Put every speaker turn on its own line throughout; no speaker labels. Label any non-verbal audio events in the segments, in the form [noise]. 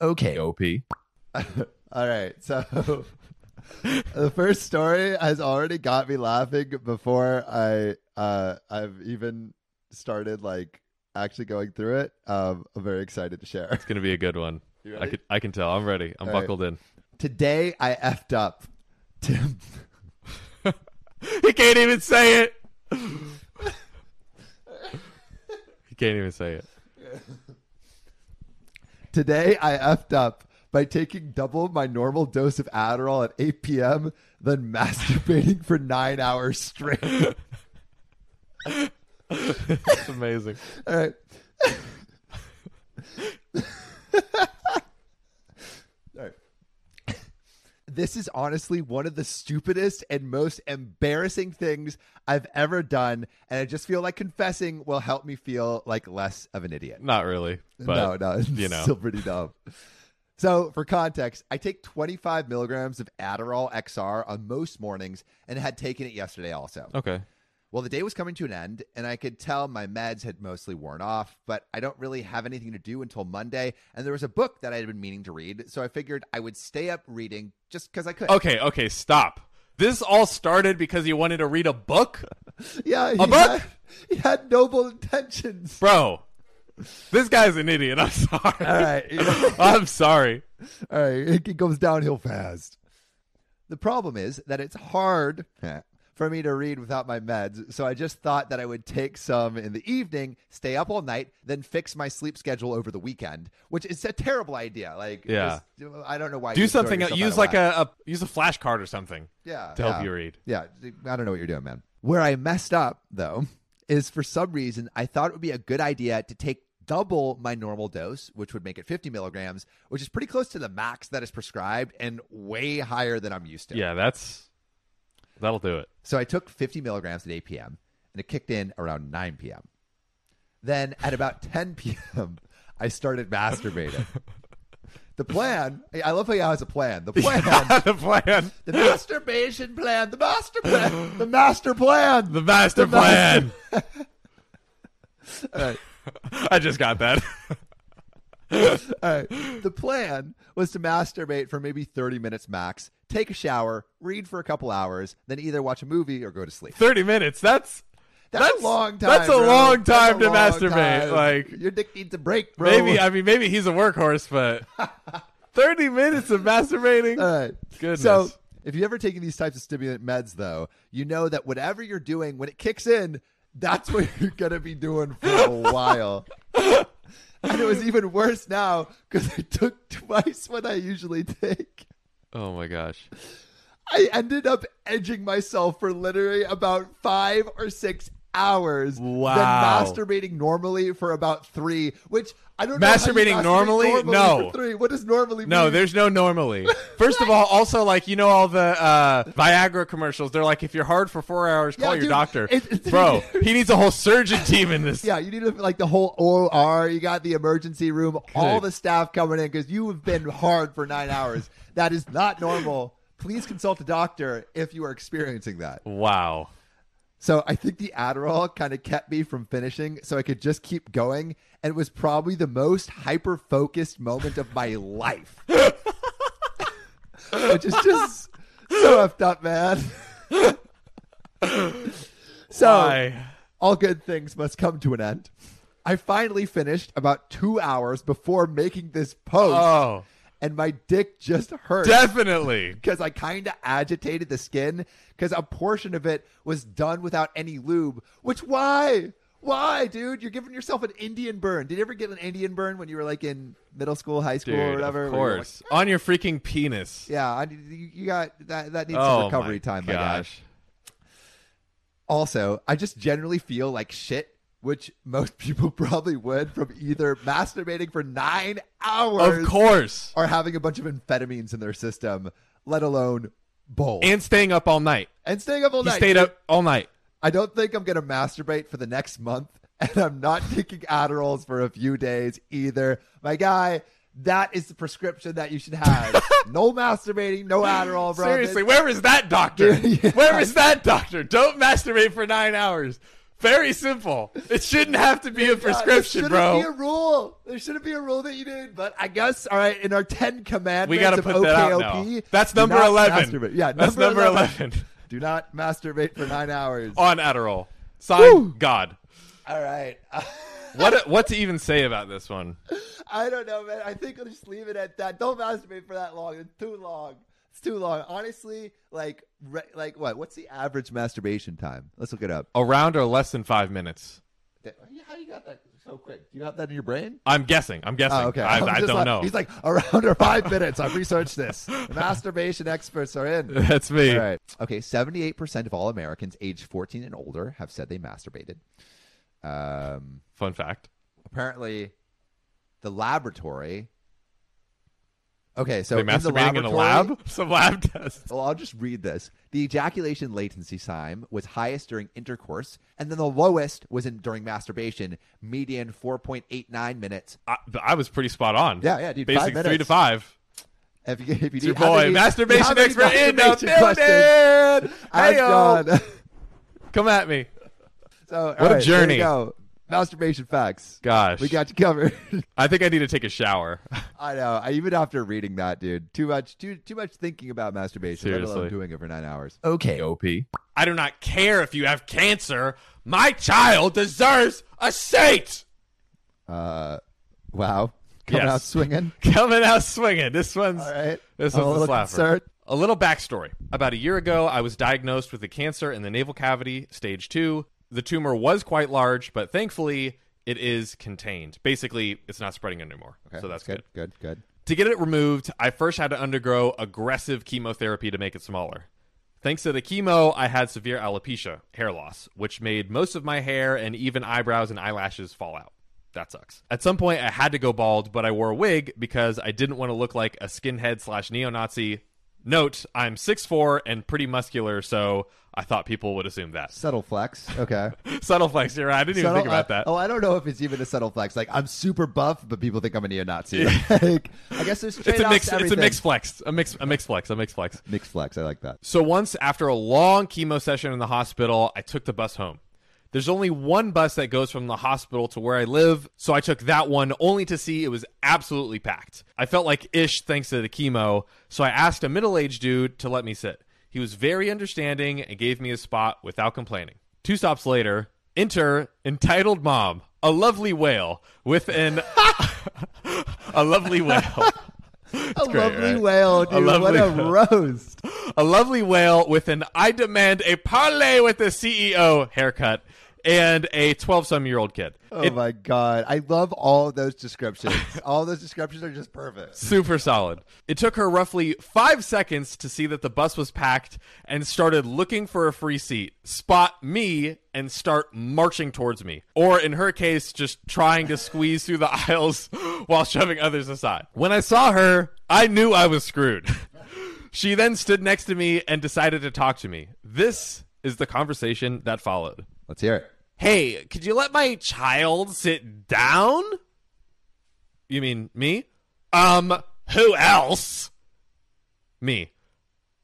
Okay.
OP.
[laughs] All right. So the first story has already got me laughing before I uh I've even started like actually going through it. Um I'm very excited to share. [laughs]
It's gonna be a good one.
You
I
ready?
can I can tell. I'm ready. I'm
All right.
buckled in.
Today I effed up. Tim
He can't even say
[laughs]
it. he can't even say it.
Today I effed up by taking double my normal dose of Adderall at 8 p.m., then masturbating for nine hours straight.
It's amazing.
All right. All right. This is honestly one of the stupidest and most embarrassing things I've ever done, and I just feel like confessing will help me feel like less of an idiot.
Not really. But
no, no, it's
you know.
still pretty dumb. So, for context, I take 25 milligrams of Adderall XR on most mornings, and had taken it yesterday also.
Okay.
Well, the day was coming to an end, and I could tell my meds had mostly worn off, but I don't really have anything to do until Monday. And there was a book that I had been meaning to read, so I figured I would stay up reading just because I could.
Okay, okay, stop. This all started because you wanted to read a book?
yeah, he
book?
Had, he had noble intentions.
Bro. This guy's an idiot. I'm
All
sorry.
right, [laughs]
I'm sorry.
all right, [laughs] it, it goes downhill fast. The problem is that it's hard [laughs] for me to read without my meds, so I just thought that I would take some in the evening, stay up all night, then fix my sleep schedule over the weekend, which is a terrible idea. Like,
Yeah.
just- I don't know why.
Do
you're throwing
something
yourself out
use
of
like
whack.
a, a use a flashcard or something
yeah
to help
yeah.
you read.
Yeah, I don't know what you're doing, man. Where I messed up though is for some reason I thought it would be a good idea to take double my normal dose, which would make it 50 milligrams, which is pretty close to the max that is prescribed and way higher than I'm used to.
Yeah, that's that'll do it.
So I took 50 milligrams at 8 p.m. and it kicked in around 9 p.m. Then at about [laughs] 10 p.m., I
[laughs]
started masturbating. The plan, I love how he has a plan. The plan,
[laughs] the plan.
the masturbation plan, the master plan, the master plan.
The master plan.
[laughs] All
[laughs] I just got that. [laughs]
All right. The plan was to masturbate for maybe 30 minutes max, take a shower, read for a couple hours, then either watch a movie or go to sleep.
Thirty minutes. That's
That's, a long time.
That's a
bro.
long
That's a
time to
long
masturbate.
time.
Like
your dick needs a break, bro.
maybe I mean maybe he's a workhorse, but
[laughs]
thirty minutes of masturbating.
All right.
Goodness.
So, if you've ever taken these types of stimulant meds, though, you know that whatever you're doing, when it kicks in, that's what [laughs] you're going to be doing for a while. and it was even worse now because I took twice what I usually take.
oh my gosh.
I ended up edging myself for literally about five or six hours.
Wow.
Then masturbating normally for about three, which I don't know. how you
Masturbating
masturbate
normally? No.
for three. What does normally
No,
mean?
there's no normally. First of
[laughs]
all, also like you know all the uh, Viagra commercials. They're like, if you're hard for four hours,
Yeah,
call your
dude,
doctor,
it- it- [laughs]
bro. He needs a whole surgeon team in this.
Yeah, you need to, like the whole OR. You got the emergency room, all the staff coming in because you have been hard for nine hours. That is not normal. Please consult a doctor if you are experiencing that.
Wow.
So I think the Adderall kind of kept me from finishing, so I could just keep going. And it was probably the most hyper focused moment of my life, [laughs] which is just so effed up, man. [laughs] so
Oh, Why?
all good things must come to an end. I finally finished about two hours before making this post,
Oh,
and my dick just hurt
definitely.
because I kind of agitated the skin because a portion of it was done without any lube. Which why? Why, dude? You're giving yourself an Indian burn. Did you ever get an Indian burn when you were like in middle school, high school,
Dude,
or whatever?
of
where you're
course. On your freaking penis.
like- yeah, I, you you got that. That needs
oh
some recovery time,
my
my guy.
gosh.
Also, I just generally feel like shit. Which most [laughs] people probably would from either masturbating for nine hours
Of course.
or having a bunch of amphetamines in their system, let alone bowl. And,
And staying up all night.
staying up all
He
night.
stayed up all night.
I don't think I'm going to masturbate for the next month, [laughs] and I'm not taking Adderalls for a few days either. My guy, that is the prescription that you
[laughs]
should have. no masturbating, no Adderall, bro.
Seriously, where is that doctor?
[laughs] Yeah.
Where is that doctor? Don't masturbate for nine hours. Very simple. It shouldn't have to be a prescription,
there shouldn't
bro.
be a rule. There shouldn't be a rule that you did, but I guess all right. In our ten commandments,
we got to
of
put
OKOP,
that out now. That's
do
number
not
11.
masturbate. Yeah,
That's
number
number Oh.
11.
11
Do not masturbate for nine hours.
on Adderall. Signed,
Woo.
God.
All right. [laughs]
What what to even say about this one?
I don't know, man. I think I'll just leave it at that. Don't masturbate for that long. It's too long. It's too long. Honestly, like, re- like what? What's the average masturbation time? Let's look it up.
Around or less than five minutes?
Th- How you got that so quick? You got that in your brain?
I'm guessing. I'm guessing.
Oh, okay.
I,
[laughs] I'm
I
just
don't
like-
know.
He's like around or five minutes. I've researched this. Masturbation experts
[laughs]
are
[laughs]
in.
That's me.
All right. Okay. Seventy-eight percent of all Americans aged fourteen and older have said they masturbated. Um.
Fun fact.
apparently the laboratory okay so
they
in the
masturbating in a lab?
laboratory-
[laughs] Some lab tests.
well i'll just read this the ejaculation latency time was highest during intercourse and then the lowest was in during masturbation median 4.89 minutes
I, I was pretty spot on.
Yeah, yeah, dude, five
Basically three to
minutes.
five.
if you, if you
It's your
do have
boy,
any-
masturbation
have any
expert in the
masturbation questions,
building.
ask
Hey,
John. [laughs]
come at me.
so all right,
a
there you
journey.
go. masturbation facts
Gosh,
we got you covered [laughs]
I think I need to take a shower. [laughs]
I know. I even after reading that, dude, too much, too too much thinking about masturbation, let
Seriously.
alone doing it for nine hours. Okay,
Op. I do not care if you have cancer. My child deserves a seat.
Uh, wow, coming
Yes.
out swinging.
Coming out swinging. This one's
All right,
This
I'm a
one's a
little
slapper.
concerned.
A little backstory. About a year ago, I was diagnosed with a cancer in the navel cavity, stage two. The tumor was quite large, but thankfully, it is contained. Basically, it's not spreading anymore. [laughs] so that's good.
Good, good.
To get it removed, I first had to undergo aggressive chemotherapy to make it smaller. Thanks to the chemo, I had severe alopecia, hair loss, which made most of my hair and even eyebrows and eyelashes fall out. That sucks. At some point, I had to go bald, but I wore a wig because I didn't want to look like a skinhead slash neo Nazi. Note, I'm 6'4 and pretty muscular, so I thought people would assume that. [laughs]
Subtle flex. Okay.
Subtle flex, you're right. I didn't even
Subtle-
think about
uh,
that.
oh, I don't know if it's even a subtle flex. Like I'm super buff, but people think I'm
[laughs]
a neo-Nazi. Like, I guess
it's
there's
a mix.
trade-offs to
It's a
everything.
mix flex. A mix. A mix flex. A mix flex.
Mixed flex. I like that.
So once after a long chemo session in the hospital, I took the bus home. There's only one bus that goes from the hospital to where I live, so I took that one only to see it was absolutely packed. I felt like ish thanks to the chemo, so I asked a middle aged dude to let me sit. He was very understanding and gave me a spot without complaining. Two stops later, enter entitled mom, a lovely whale with an. [laughs] a lovely whale.
a
great,
lovely
right?
whale, dude. what
lovely
a
whale. [laughs]
roast.
a lovely whale with an I demand a parlay with the CEO haircut and a 12 some year old kid.
Oh
It-
my god, I love all of
[laughs]
those descriptions. all those descriptions are just perfect.
super solid. It took her roughly five seconds to see that the bus was packed and started looking for a free seat, spot me, and start marching towards me. Or in her case, just trying to squeeze through the [laughs] aisles while shoving others aside. When I saw her, I knew I was screwed. [laughs] She then stood next to me and decided to talk to me. This is the conversation that followed.
Let's hear it.
Hey, could you let my child sit down? You mean me? Um, who else? Me.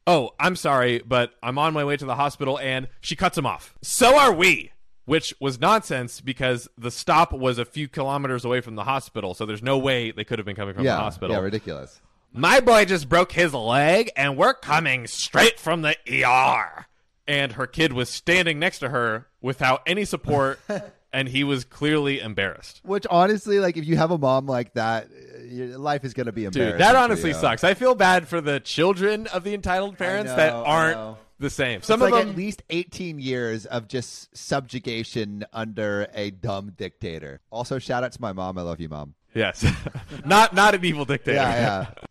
Oh, I'm sorry, but I'm on my way to the hospital and she cuts him off. So are we! Which was nonsense because the stop was a few kilometers away from the hospital, so there's no way they could have been coming from the
Yeah,
hospital.
yeah, ridiculous.
My boy just broke his leg, and we're coming straight from the ER. And her kid was standing next to her without any
[laughs]
support, and he was clearly embarrassed.
Which honestly, like if you have a mom like that, uh, your life is gonna be embarrassing.
Dude, that
for
honestly
you.
sucks. I feel bad for the children of the entitled parents
know,
that
I
aren't
know.
the same. Some
it's
of
like
them,
at least 18 years of just subjugation under a dumb dictator. Also, shout out to my mom. I love you, mom.
yes, [laughs] not not an evil dictator.
Yeah, yeah.
[laughs]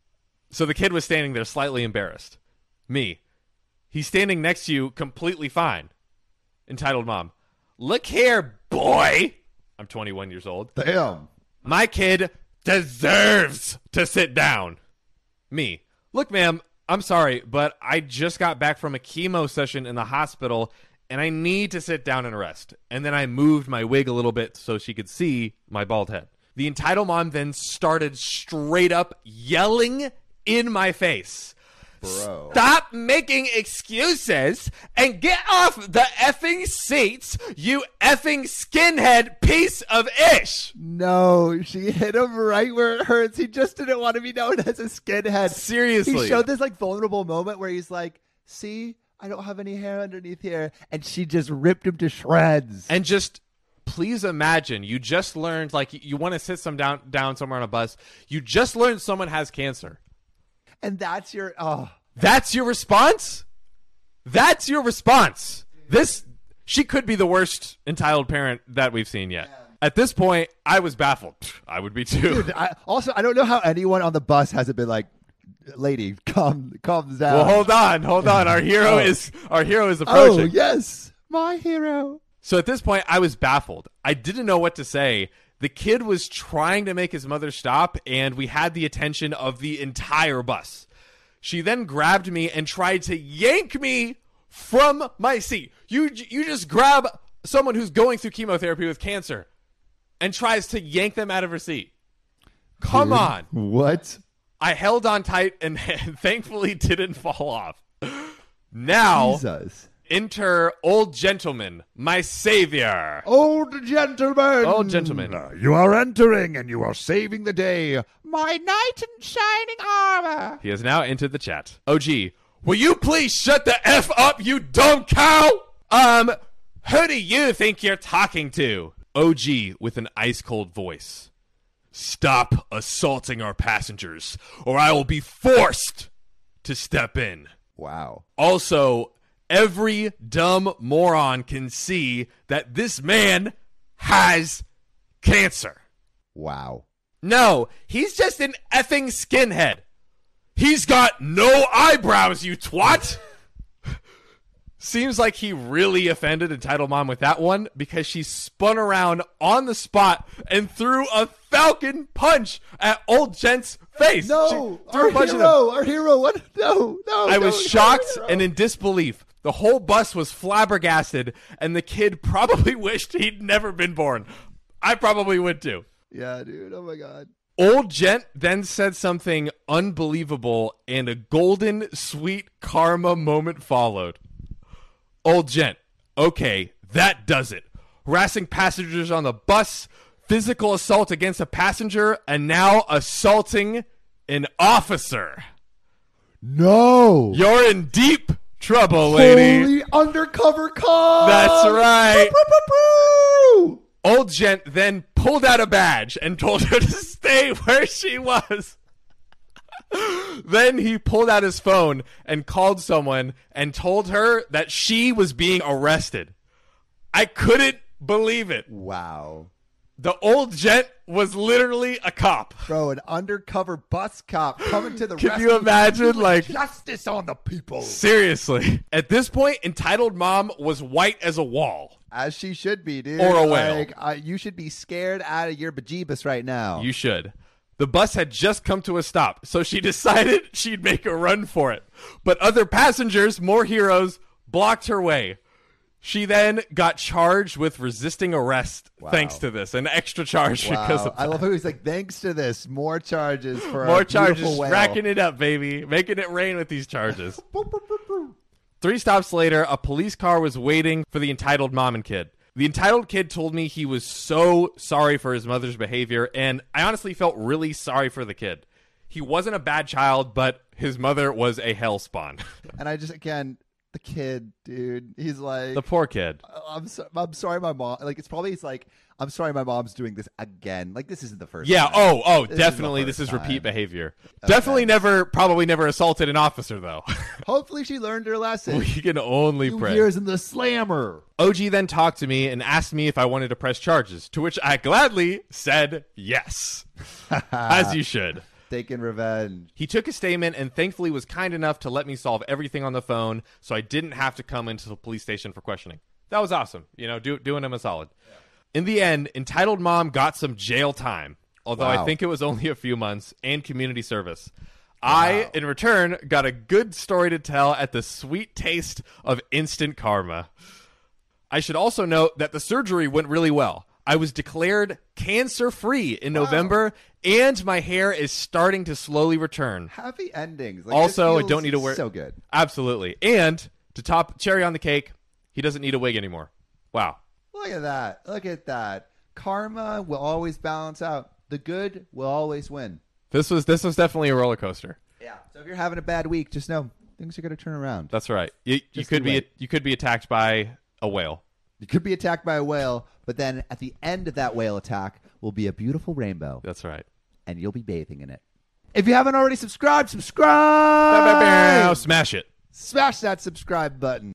So the kid was standing there slightly embarrassed. Me. He's standing next to you completely fine. Entitled mom. Look here, boy. I'm 21 years old. [laughs]
Damn.
My kid deserves to sit down. Me. Look, ma'am, I'm sorry, but I just got back from a chemo session in the hospital and I need to sit down and rest. And then I moved my wig a little bit so she could see my bald head. The entitled mom then started straight up yelling in my face.
Bro.
Stop making excuses and get off the effing seats, you effing skinhead piece of ish.
No, she hit him right where it hurts. He just didn't want to be known as a skinhead.
Seriously.
He showed this like vulnerable moment where he's like, "See, I don't have any hair underneath here," and she just ripped him to shreds.
and just please imagine you just learned like you want to sit some down down somewhere on a bus. You just learned someone has cancer.
and that's your oh.
That's your response? That's your response. This she could be the worst entitled parent that we've seen yet. At this point, I was baffled. I would be too.
I, also, I don't know how anyone on the bus hasn't been like, "Lady, calm, calm down."
Well, hold on, hold on.
[laughs]
Our hero is our hero is approaching.
oh yes, my hero.
So at this point, I was baffled. I didn't know what to say. The kid was trying to make his mother stop, and we had the attention of the entire bus. She then grabbed me and tried to yank me from my seat. You you just grab someone who's going through chemotherapy with cancer and tries to yank them out of her seat. Come on.
What?
I held on tight and, [laughs] and thankfully didn't fall off. Now
Jesus.
enter old gentleman, my savior.
Old gentleman.
Old gentleman.
Uh, You are entering and you are saving the day. My knight in shining armor.
He has now entered the chat. OG, will you please shut the F up, you dumb cow? Um, who do you think you're talking to? OG with an ice cold voice. Stop assaulting our passengers, or I will be forced to step in.
Wow.
Also, every dumb moron can see that this man has cancer.
Wow.
No, he's just an effing skinhead. He's got no eyebrows, you twat. Seems like he really offended Entitled Mom with that one because she spun around on the spot and threw a falcon punch at old Gent's face.
No,
She
our
threw a bunch of them.
hero, our hero. What? No, no.
I
no,
was
no,
shocked
hero.
and in disbelief. The whole bus was flabbergasted, and the kid probably [laughs] wished he'd never been born. I probably would too.
yeah, dude. Oh my god.
Old Gent then said something unbelievable, and a golden, sweet karma moment followed. Old Gent, okay, that does it. Harassing passengers on the bus, physical assault against a passenger, and now assaulting an officer.
No.
You're in deep trouble, lady.
Holy undercover cop.
That's right.
Boo, boo, boo,
Old Gent then pulled out a badge and told her to stay where she was. then he pulled out his phone and called someone and told her that she was being arrested. I couldn't believe it.
boo. Wow.
The old gent was literally a cop.
Bro, an undercover bus cop coming to the
Can
rescue.
you imagine? Like,
Justice on the people.
seriously. At this point, entitled mom was white as a wall.
As she should be, dude.
Or a whale.
Like, I, you should be scared out of your bejeebus right now.
You should. The bus had just come to a stop, so she [laughs] decided she'd make a run for it. But other passengers, more heroes, blocked her way. She then got charged with resisting arrest thanks to this, an extra charge [laughs] because
wow.
of
I love how he's like, thanks to this, more charges for our
more charges,
beautiful whale.
racking it up, baby, making it rain with these charges. Three stops later, a police car was waiting for the entitled mom and kid. The entitled kid told me he was so sorry for his mother's behavior, and I honestly felt really sorry for the kid. He wasn't a bad child, but his mother was a hell spawn. [laughs]
And I just, again, the kid, dude, he's like, "Oh,
the poor kid.
I'm, so, I'm sorry, my mom. Like, it's probably, it's like, I'm sorry, my mom's doing this again. Like, this isn't the first
Yeah,
time.
oh, oh,
is the
definitely this
first
is repeat
time.
behavior. Definitely never, probably never assaulted an officer, though. [laughs]
Hopefully she learned her lesson.
we can only
Two
pray.
years in the slammer.
OG then talked to me and asked me if I wanted to press charges, to which I gladly said yes, as you should.
Taking revenge.
He took a statement and thankfully was kind enough to let me solve everything on the phone so I didn't have to come into the police station for questioning. That was awesome. You know, do, doing him a solid. In the end, entitled mom got some jail time, although I
Wow.
think it was only a few months, and community service. I, in return, got a good story to tell at the sweet taste of instant karma. I should also note that the surgery went really well. I was declared cancer free in November, and my hair is starting to slowly return.
Happy endings. Like, this
Also, I
feels
don't need to wear.
So good.
Absolutely. And to top cherry on the cake, he doesn't need a wig anymore. Wow.
Look at that. Look at that. Karma will always balance out. The good will always win.
This was this was definitely a roller coaster.
Yeah. So if you're having a bad week, just know things are going to turn around.
That's right. You, you
Just
could be
wait.
you could be attacked by a whale.
You could be attacked by a whale, but then at the end of that whale attack will be a beautiful rainbow,
That's right.
and you'll be bathing in it. If you haven't already subscribed, subscribe.
Smash it.
Smash that subscribe button.